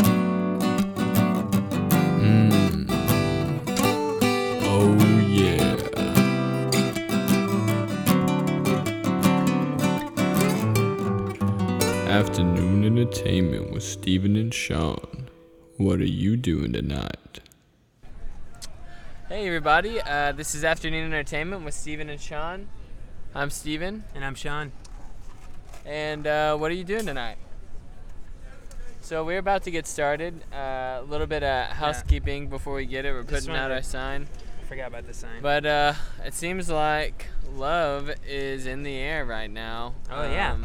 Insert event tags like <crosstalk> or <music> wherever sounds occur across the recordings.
Oh, segment with Steven and Sean. What are you doing tonight? Hey everybody, uh, this is Afternoon Entertainment with Steven and Sean. I'm Steven, And I'm Sean. and uh, what are you doing tonight? So we're about to get started. Uh, A little bit of housekeeping before we get it. We're Just putting out wanted- our sign. I forgot about the sign. But uh, it seems like love is in the air right now. Um, Oh, yeah. Mm-hmm.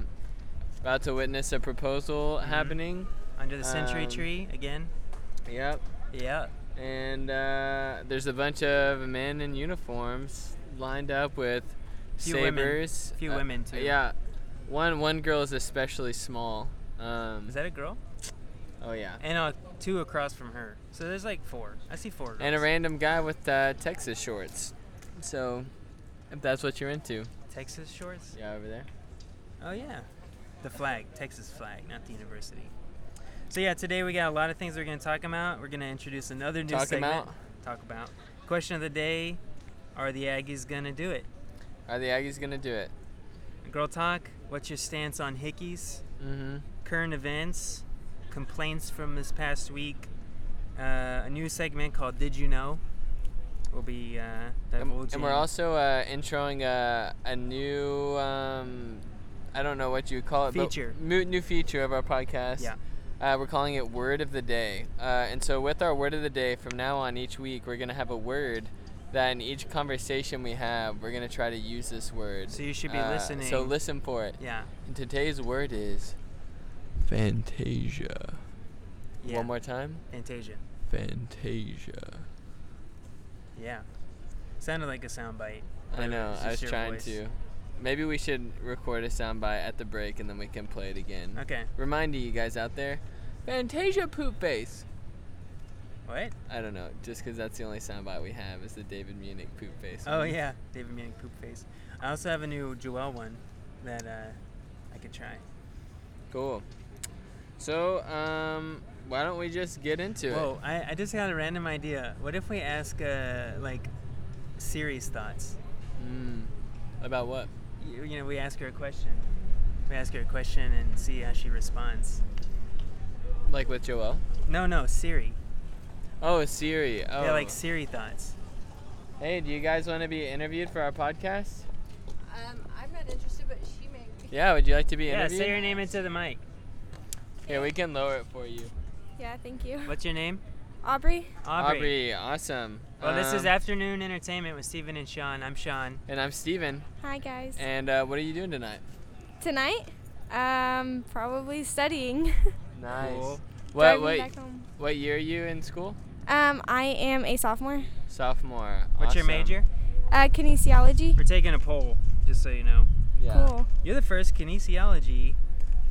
About to witness a proposal happening. Under the century um, tree again. Yep. Yeah. And uh, there's a bunch of men in uniforms lined up with Few women. sabers. Uh, Few women, too. Yeah, one one girl is especially small. Um, Is that a girl? oh yeah, And uh, two across from her. So there's like four. I see four. Girls. and a random guy with uh, Texas shorts. So, if that's what you're into, Texas shorts. yeah, over there. Oh yeah. The flag, Texas flag, not the university. So yeah, today we got a lot of things we're gonna talk about. We're gonna introduce another new Talk segment. about. Talk about. Question of the day: Are the Aggies gonna do it? Are the Aggies gonna do it? Girl talk. What's your stance on hickeys? Mm-hmm. current events, complaints from this past week, uh, a new segment called "Did You Know." We'll be uh, And, divulging. and we're also uh, introing a, a new, um, I don't know what you would call it, Feature. but mu- new feature of our podcast. Yeah. Uh, we're calling it Word of the Day. Uh, and so, with our Word of the Day, from now on each week, we're going to have a word that in each conversation we have, we're going to try to use this word. So you should be Uh, listening. So, listen for it. yeah. And today's word is Fantasia. Yeah. one more time Fantasia. Fantasia. Yeah. Sounded like a soundbite. I know, I was trying to. to. Maybe we should record a soundbite at the break and then we can play it again. Okay. reminding you guys out there, Fantasia poop face. What? I don't know, just 'cause that's the only soundbite we have is the David Munich poop face. Oh one. yeah, David Manning poop face. I also have a new Joel one that uh, I could try. Cool. So, um, why don't we just get into Whoa! I, I just got a random idea. What if we ask uh, like serious thoughts? it? Mm. About what? you, you know, we ask her a question. We ask her a question and see how she responds. Like with Joel? No, no, Siri. Oh, Siri. Oh. Yeah, like Siri thoughts. hey, do you guys want to be interviewed for our podcast? Um, I'm not interested, but she may. Yeah, would you like to be Yeah, interviewed? say your name into the mic. Here, we can lower it for you. Yeah, thank you. What's your name? Aubrey? Aubrey. awesome. Well, this is Um, Afternoon Entertainment with Steven and Sean. I'm Sean. And I'm Steven. Hi, guys. And uh, what are you doing tonight? Tonight? Um, probably studying. <laughs> Nice. Cool. What, Driving what, back home. what year are you in school? Um, I am a sophomore. Sophomore. What's your Awesome. major? Uh, kinesiology. We're taking a poll, just so you know. Yeah. Cool. You're the first kinesiology.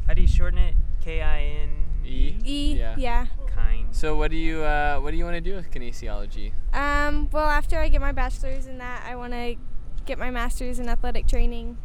How do you shorten it? K I N E. E. Yeah. Yeah. Kind. So what do you uh, what do you want to do with kinesiology? Um, well, after I get my bachelor's in that, I want to get my master's in athletic training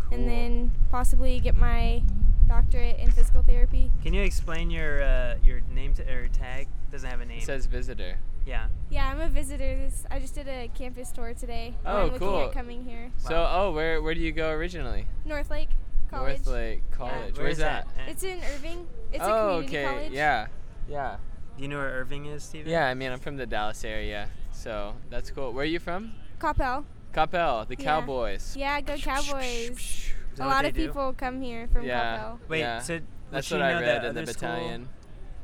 Cool. and then possibly get my doctorate in physical therapy. Can you explain your uh, your name t- or tag? Doesn't have a name. It says visitor. yeah. Yeah, I'm a visitor. This, I just did a campus tour today. and Oh, I'm looking cool. at coming here. So oh, where where do you go originally? North Lake College. Northlake College. Where Where's is that? that? at? It's in Irving. It's oh, a community okay. college. Yeah. Yeah. Do you know where Irving is, Steven? Yeah. I mean, I'm from the Dallas area, so that's cool. Where are you from? Coppell. Capel, the Yeah. Cowboys. Yeah, go Cowboys. Is that a what lot they of do? people come here from Yeah. Coppell. Wait, Yeah. so would That's she what I know read the in the other battalion. School,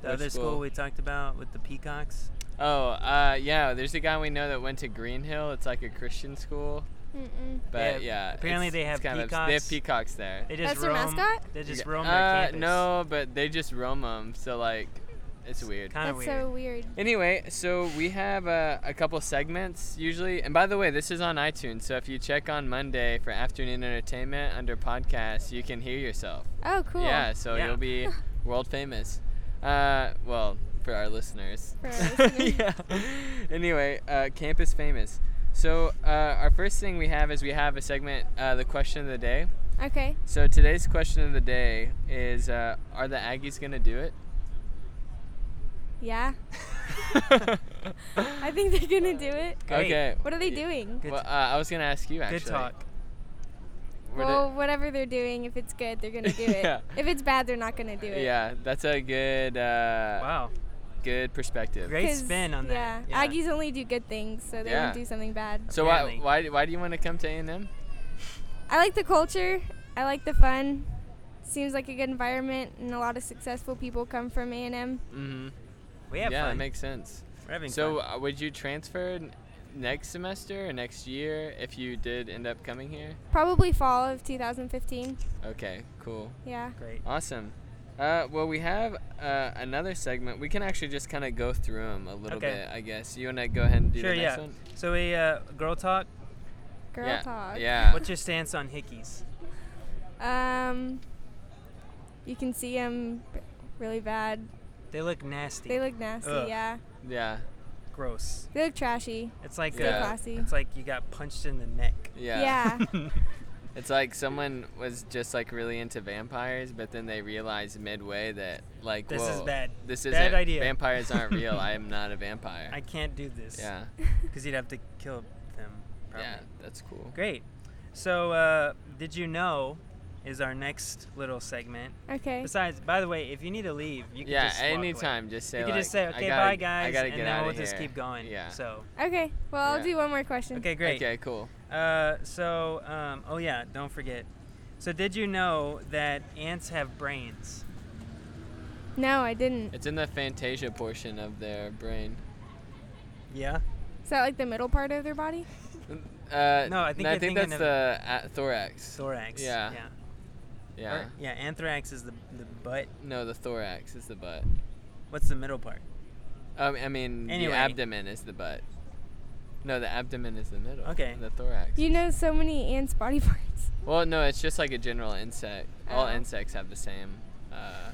the Which other school? school? we talked about with the peacocks. Oh, uh, yeah. There's a guy we know that went to Green Hill. It's like a Christian school, Mm-mm. but Yeah, yeah. apparently it's- they have it's kind of obs- they have peacocks peacocks. there. They just That's their roam. mascot? They just Yeah. roam their Uh, campus. No, but they just roam them. So like, it's weird. kind of That's weird. so weird. Anyway, so we have uh, a couple segments usually, and by the way, this is on iTunes. So if you check on Monday for Afternoon Entertainment under podcasts, you can hear yourself. Oh, cool. Yeah, so Yeah. you'll <laughs> be world famous. Uh, well, for our listeners. <laughs> For our listeners. yeah. Anyway, uh, campus famous. So uh, our first thing we have is we have a segment, uh, the question of the day. Okay. So today's question of the day is: uh, Are the Aggies gonna do <laughs> it? Yeah. I think they're gonna do it. Great. okay. What are they Y- doing? Good, Well, uh, I was gonna ask you actually. good talk. We're well, not- whatever they're doing, if it's good, they're gonna do it. Yeah. If it's bad, they're not gonna do it. yeah, that's a good uh, Wow. good perspective. Great 'Cause, spin on yeah, that. Aggies only do good things, so they Yeah. won't do something bad. So why, Apparently. why why do you want to come to A and M? I like the culture. I like the fun. Seems like a good environment, and a lot of successful people come from A and M. Mm-hmm. We Yeah, have that fun. makes sense. We're having So fun. uh, would you transfer n- next semester or next year if you did end up coming here? Probably fall of 2015. Okay, cool, Yeah. Great. awesome. Uh, well, we have uh, another segment. We can actually just kind of go through them a little Okay. bit, I guess. You want to go ahead and do Sure, the next yeah. one? So we uh, girl talk. Girl yeah. talk. Yeah. What's your stance on hickeys? Um. You can see them really bad. They look nasty. They look nasty. Ugh. Yeah. yeah. gross. They look trashy. It's like Stay uh, classy. It's like you got punched in the neck. Yeah. yeah. It's like someone was just like really into vampires, but then they realized midway that like <laughs> This is whoa, bad. This Bad is idea. Vampires aren't <laughs> real. I am not a vampire. I can't do this. yeah. Because you'd have to kill them. Probably. Yeah. That's cool. Great. So uh, did you know? Is our next little segment. Okay. Besides, by the way, if you need to leave, you can yeah. just walk away. Anytime, just say You can like, just say, I okay, gotta- bye guys, I gotta and get then out we'll of just here. keep going. Yeah. So, Okay. Well, I'll Yeah. do one more question. okay, great. Okay. Cool. Uh, so, um, oh yeah, don't forget. So, did you know that ants have brains? No, I didn't. It's in the fantasia portion of their brain. Yeah. Is that like the middle part of their body? Uh, No, I think you're thinking that's of- the a- thorax. Thorax. Yeah. Yeah. yeah. Or- yeah. Anthrax is the the butt. No, the thorax is the butt. What's the <laughs> middle part? Um, I mean, Anyway. the abdomen is the butt. No, the abdomen is the middle. Okay. The thorax. You know so many ants' body <laughs> parts. Well, no, it's just like a general insect. All Oh. insects have the same uh,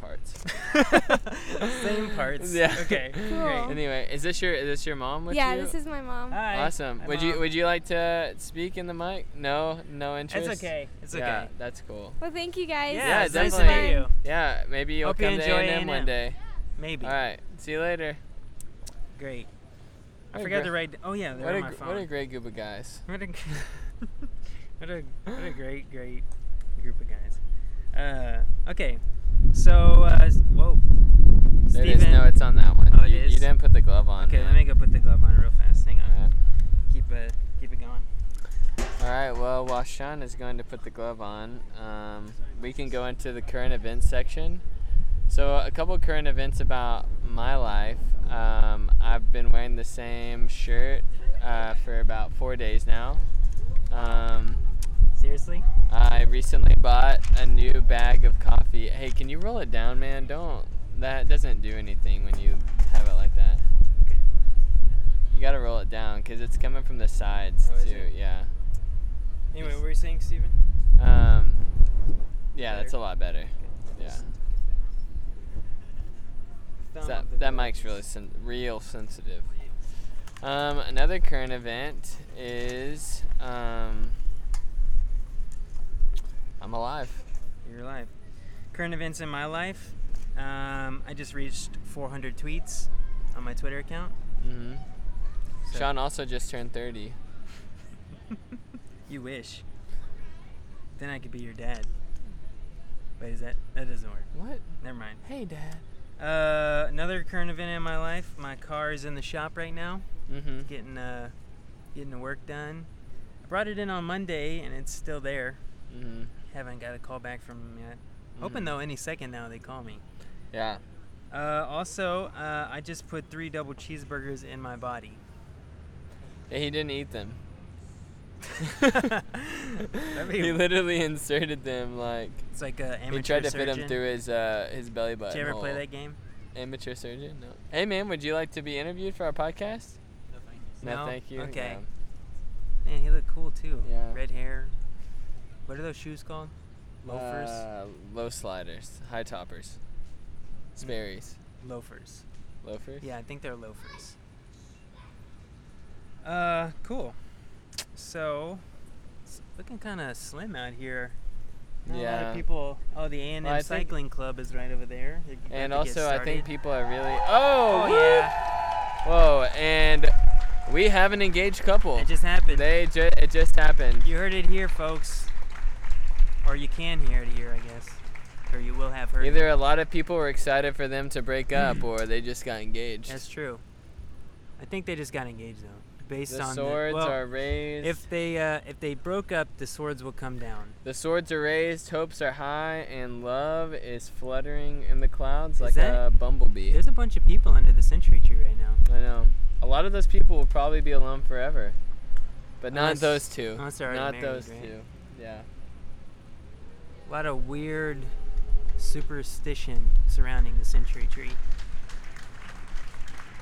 parts. <laughs> Same parts. Yeah. Okay. <laughs> Cool. Great. Anyway, is this your is this your mom with yeah, you? this is my mom. Hi. awesome. Hi, would Mom. you would you like to speak in the mic? No, no interest. It's okay. It's yeah, okay. that's cool. well, thank you guys. Yeah, it's This was nice to meet fun. you. Yeah, maybe you'll Hope you come to enjoy A&M A&M. one day. Maybe. All right. See you later. Great. I What a forgot gr- to write. Oh yeah, they're What a, on my gr- phone. what a great group of guys. What a, <laughs> what a, what a great, great group of guys. Uh, okay, so uh, s- whoa, There it is. No, it's on that one. Oh, it you, is? you didn't put the glove on. okay, man. let me go put the glove on real fast. Hang on, All right. keep it, keep it going. All right. Well, while Sean is going to put the glove on, um, we can go into the current events section. So, a couple current events about my life. Um, I've been wearing the same shirt uh, for about four days now. Um, Seriously? I recently bought a new bag of coffee. Hey, can you roll it down, man? Don't. That doesn't do anything when you have it like that. Okay. You gotta roll it down because it's coming from the sides Oh, is too. it? Yeah. Anyway, what were you saying, Steven? Um, yeah, that's a Better? lot better. Yeah, Thumb that, up the that glove. mic's really sen- real sensitive. Um, another current event is um, I'm alive. You're alive. Current events in my life. Um, I just reached 400 tweets on my Twitter account. hmm So- Sean also just turned 30. You wish. Then I could be your dad. Wait, is that that doesn't work? What? Never mind. Hey, Dad. Uh, another current event in my life. My car is in the shop right now, Mm-hmm. getting uh, getting the work done. I brought it in on Monday, and it's still there. Mm-hmm. Haven't got a call back from them yet. Mm. Hoping though, any second now they call me. Yeah. Uh, also, uh, I just put three double cheeseburgers in my <laughs> body. <laughs> Yeah, He didn't eat <laughs> them. <laughs> That'd be- he literally inserted them like it's like a amateur he tried to surgeon. fit them through his uh, his belly button. Did you ever play hole. that game? Amateur surgeon? No. Hey, man, would you like to be interviewed for our podcast? No, No? thank you. Okay. Man, he looked cool too. Yeah. Red hair. What are those shoes called? Yeah. Loafers. Uh, low sliders, high toppers, Sperry's, Loafers. loafers. Yeah, I think they're loafers. Uh, cool. So, it's looking kind of slim out here. Not A lot Yeah. of people. Oh, the A and Well, I M think- Cycling Club is right over there. They- they And have to get Oh, also, I think started. people are really. Oh, Oh woo! yeah. Whoa! And We have an engaged couple. It just happened. They ju- it just happened. you heard it here, folks. Or you can hear it here, I guess. Or you will have heard it. Either a lot of people were excited for them to break up, or they just got engaged. Hmm. That's true. I think they just got engaged though, based the on swords the, well, are raised. If they uh, if they broke up, the swords will come down. the swords are raised, hopes are high, and love is fluttering in the clouds like that- a bumblebee. There's a bunch of people under the century tree right now. I know. A lot of those people will probably be alone forever, but not Unless- those two. unless they're already not married, those right? two. Yeah. A lot of weird superstition surrounding the century tree.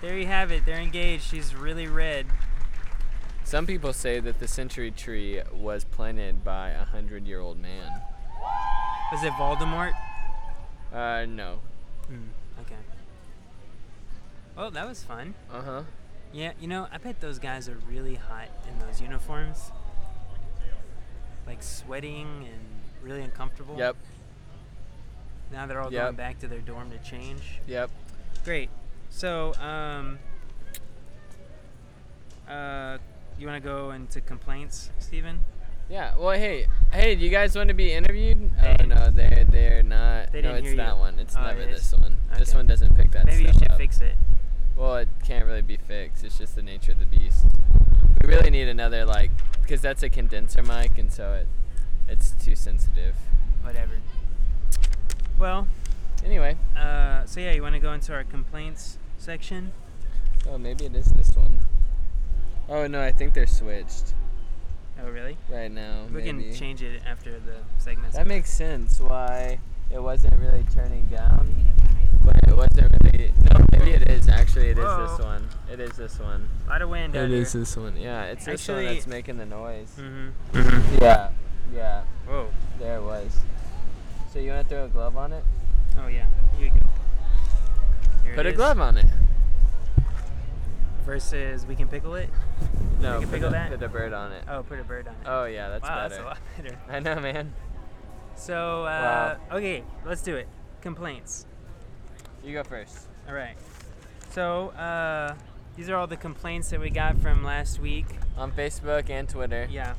There you have it. They're engaged. She's really red. Some people say that the century tree was planted by a hundred-year-old man. Was it Voldemort? Uh, no. Hmm. Okay. Well, that was fun. Uh huh. Yeah, you know, I bet those guys are really hot in those uniforms. Like sweating and really uncomfortable. Yep. Now they're all Yep. going back to their dorm to change. Yep. Great. So, um, uh, you want to go into complaints, Steven? Yeah. Well, hey, hey, do you guys want to be interviewed? Hey. Oh no, they're they're not. They no, didn't it's hear that you. one. It's Oh, never it is? this one. This Okay. one doesn't pick that. Maybe you stuff should up. fix it. Well, it can't really be fixed. It's just the nature of the beast. We really need another like, because that's a condenser mic, and so it, it's too sensitive. Whatever. Well, Anyway, uh, so yeah, you want to go into our complaints section? oh maybe it is this one. Oh no, I think they're switched Oh, really? right now. We maybe. can change it after the segments. That makes sense. Why it wasn't really turning down, but it wasn't really. No, maybe it is. Actually, it is Whoa. this one. It is this one. a lot of wind. out It here. is this one. Yeah, it's this one Actually- that's making the noise. Mm-hmm. Mm-hmm. Yeah, yeah. Whoa. There it was. So you want to throw a glove on it? Oh yeah. Here we go. Here Put it a is. glove on it. Versus we can pickle it. No, can put pickle a, that? put a bird on it. Oh, put a bird on it. Oh yeah, that's wow, that's better. a lot better. I know, man. So uh, okay, let's do it. Complaints. You go first. All right. So uh, these are all the complaints that we got from last week. On Facebook and Twitter Yeah.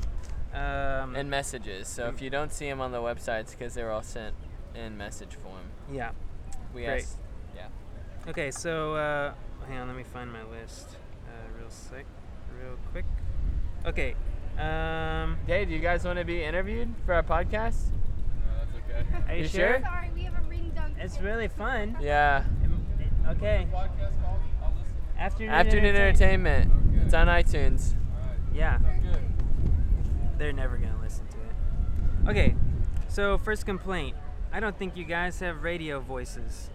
Um, and messages. So if you don't see them on the websites, because they were all sent in message form. yeah. We Great. asked. Yeah. Okay, so uh, hang on, let me find my list uh, real sick, real quick. Okay, um, Hey, do you guys want to be interviewed for our podcast? are you, You sure? sure? Sorry, we have a ring dunk. It's really fun. Yeah. Okay. Afternoon, Afternoon entertain- Entertainment. It's on iTunes. Yeah. They're never gonna listen to it. Okay, so first complaint. I don't think you guys have radio voices.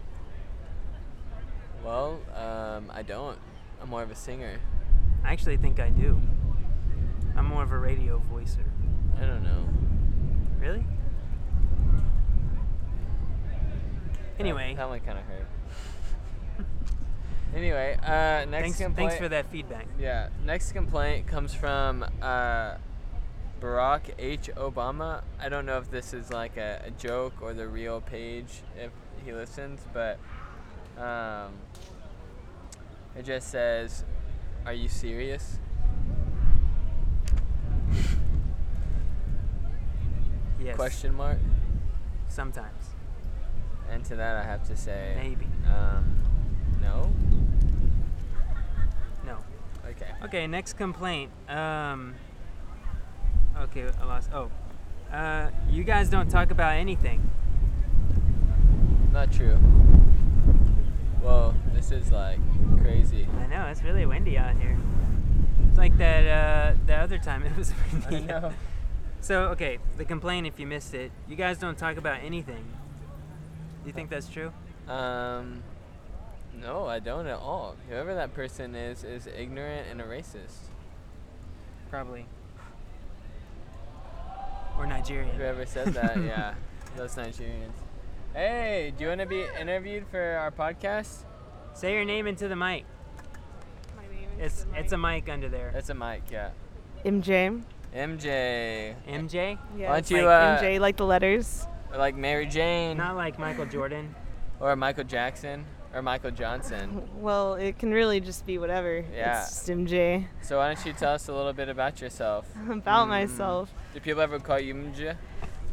Well, um, I don't. I'm more of a singer. I actually think I do. I'm more of a radio voicer. I don't know. Really? Anyway. that one kind of hurt. <laughs> anyway, uh, next thanks, complaint. thanks for that feedback. Yeah, next complaint comes from uh, Barack H. Obama. I don't know if this is like a, a joke or the real page if he listens, but um, it just says, "Are you serious?" Yes. Question mark. Sometimes. And to that, I have to say, Maybe. Um, no. No. Okay. Okay, next complaint. Um, okay, I lost. Oh. Uh, you guys don't talk about anything. Not true. Whoa, this is like crazy. I know, it's really windy out here. It's like that, uh, the other time <laughs> it was I windy. know. So, okay, the complaint, if you missed it, you guys don't talk about anything. Do you think that's true? Um, no, I don't at all. Whoever that person is is ignorant and a racist. Probably. Or Nigerian. Whoever said <laughs> that, yeah, those Nigerians. Hey, do you want to be interviewed for our podcast? Say your name into the mic. My name It's it's a mic under there. That's a mic, yeah. MJ. MJ, Uh, MJ? Yeah, Why it's don't you, uh, like MJ, like the letters. or like Mary Jane <laughs> Not like Michael Jordan. or Michael Jackson. or Michael <laughs> Johnson. Well, it can really just be whatever. Yeah. It's just MJ. So why don't you tell us a little bit about yourself? <laughs> Hmm. About myself. Do people ever call you Mja?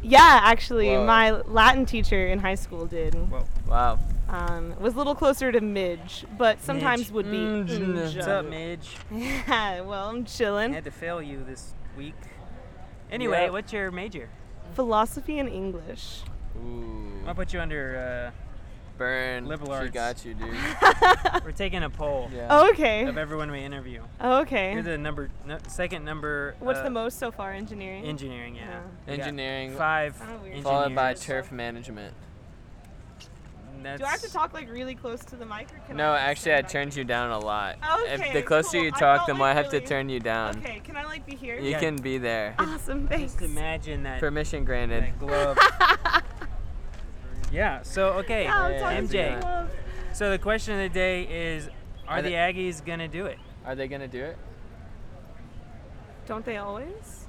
Yeah, actually, Whoa. my Latin teacher in high school did. Whoa. Wow. Um, was a little closer to midge, but sometimes Midge. would be. Mm, <laughs> Mja. What's up, Midge? Yeah, well, I'm I chilling. had to fail you this week. Anyway, Yeah. what's your major? Philosophy and English. Ooh. I'll put you under. uh, Burn. Liberal she got arts. you, <laughs> dude. Uh, <laughs> we're taking a poll Yeah. Okay. of everyone we interview. You're Okay. the number no, second number. What's uh, the most so far? Engineering. Engineering, yeah. Yeah. We got Engineering, Five. Kinda weird. followed by engineers. turf management. Do I have to That's- talk like really close to the mic? Or can No, I just actually, I stand back? turned you down a lot. if the Okay, closer cool. you I talk, felt the like more I have to really- turn you down. Okay. Can I like be here? You Yeah. can be there. Awesome. Thanks. Just imagine that, Permission granted. that <laughs> glove. yeah. So okay. Yeah, I'm Yeah, talking to MJ. you, love. So the question of the day is, are, Are the they- Aggies gonna do it? Are they gonna do it? Don't they always?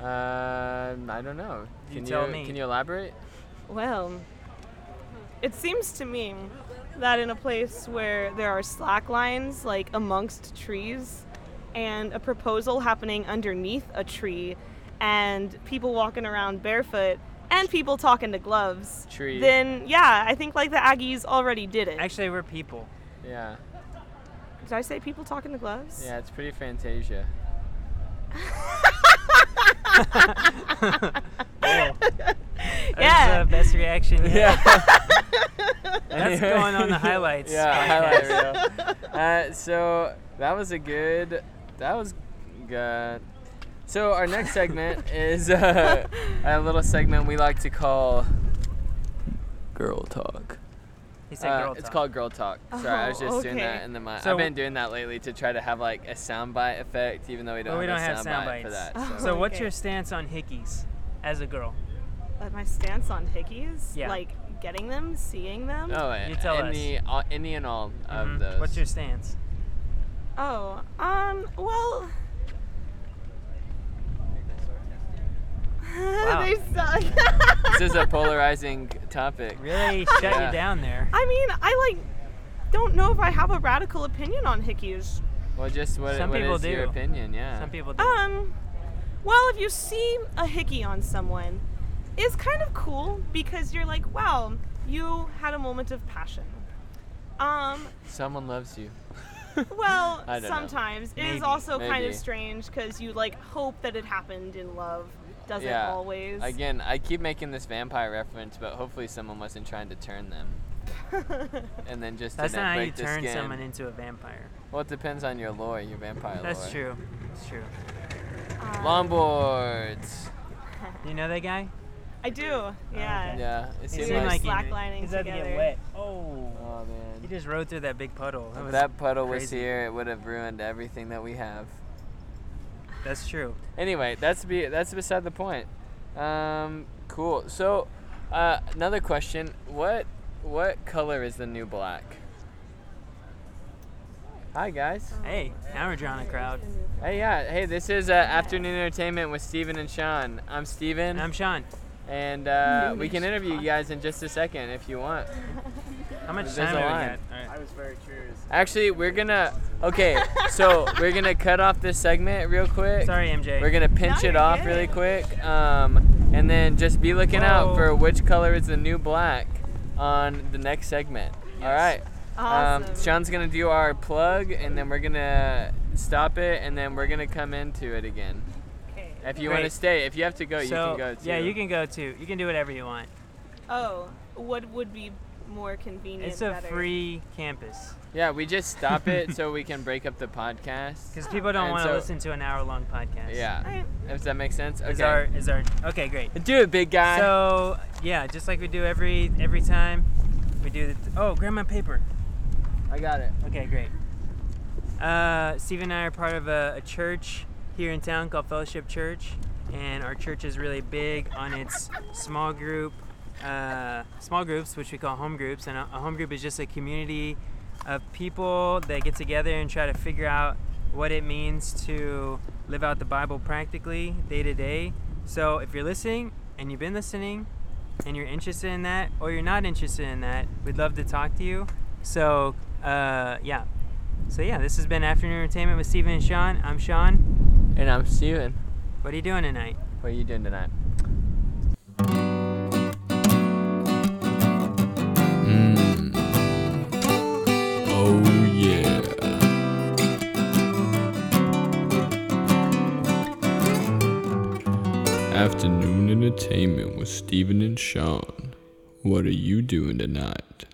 Um, I don't know. You Can you, tell me. can you elaborate? Well, it seems to me that in a place where there are slack lines like amongst trees and a proposal happening underneath a tree and people walking around barefoot and people talking to gloves, Tree. then yeah, I think like the Aggies already did it. Actually, we're <laughs> people. Yeah. Did I say people talking to gloves? Yeah, it's pretty Fantasia. Yeah. That's the best reaction yet. <laughs> That's Anyway. going on the highlights. yeah, podcast. highlight reel. Uh, so that was a good. That was good. So our next <laughs> segment is uh, a little segment we like to call Girl Talk. He said Uh, girl It's talk. called girl talk. Sorry, I was Oh, just doing that okay. in the mic. So- I've been doing that lately to try to have like a soundbite effect, even though we don't But we have don't a have soundbite for <laughs> that. soundbites. Oh. So. So what's Okay. your stance on hickeys as a girl? But my stance on hickeys, Yeah. like getting them, seeing them. Oh, You tell us. any, all, any and all Mhm. of those. What's your stance? Oh, um, well. <laughs> they suck. this <laughs> is a polarizing topic. Really shut Yeah. you down there. I mean, I like don't know if I have a radical opinion on hickeys. Well, just what, Some what people is your do. opinion? Yeah. Some people do. Um, well, if you see a hickey on someone, it's kind of cool because you're like, wow, you had a moment of passion. Um, Someone loves you. well, <laughs> I don't know. sometimes it is Maybe. also kind Maybe. of strange because you like hope that it happened in love. Doesn't yeah. always. Again, I keep making this vampire reference, but hopefully someone wasn't trying to turn them. and then just That's didn't not how break you the turn skin. someone into a vampire. Well, it depends on your lore, your vampire lore. That's true. That's true. Longboards. You know that guy? <laughs> I do. Yeah. Yeah. It He seemed seemed like. like- slacklining he's about to get together. wet. Oh. oh He man. just rode through that big puddle. That If was that puddle was crazy. here, it would have ruined everything that we have. That's true. Anyway, that's be that's beside the point. Um, cool. So, uh, another question: What what color is the new black? Hi guys. Hey, now we're drawing a crowd. Hey yeah. Hey, this is uh, afternoon entertainment with Steven and Sean. I'm Steven, And I'm Sean. and uh, we can interview you guys in just a second if you want. How much There's time a do we line. got? All right. Actually, we're gonna. Okay, so we're gonna cut off this segment real quick. Sorry, MJ. We're gonna pinch No, it you're off good. really quick, um, and then just be looking out Whoa. for which color is the new black on the next segment. All right. Awesome. Um, Sean's gonna do our plug, and then we're gonna stop it, and then we're gonna come into it again. okay. If you want to Great. stay, if you have to go, you So, can go too. Yeah, you can go too. You can do whatever you want. Oh, what would be more convenient? It's a better? free campus Yeah, we just stop <laughs> it so we can break up the podcast. because people don't And want to so- listen to an hour-long podcast. Yeah, Alright. if that makes sense. Is Okay. our is our okay? Great. do it, big guy. So yeah, just like we do every every time, we do. The, oh, grab my paper. I got it. Okay, great. Uh, Steve and I are part of a, a church here in town called Fellowship Church, and our church is really big on its small group, uh, small groups, which we call home groups. And a, a home group is just a community of people that get together and try to figure out what it means to live out the Bible practically day to day. So if you're listening and you've been listening, and you're interested in that or you're not interested in that, we'd love to talk to you. So, uh, yeah. So, yeah, this has been Afternoon Entertainment with Steven and Sean. I'm Sean. And I'm Steven. What are you doing tonight? What are you doing tonight? Mm. Oh yeah. Afternoon entertainment with Steven and Sean. What are you doing tonight?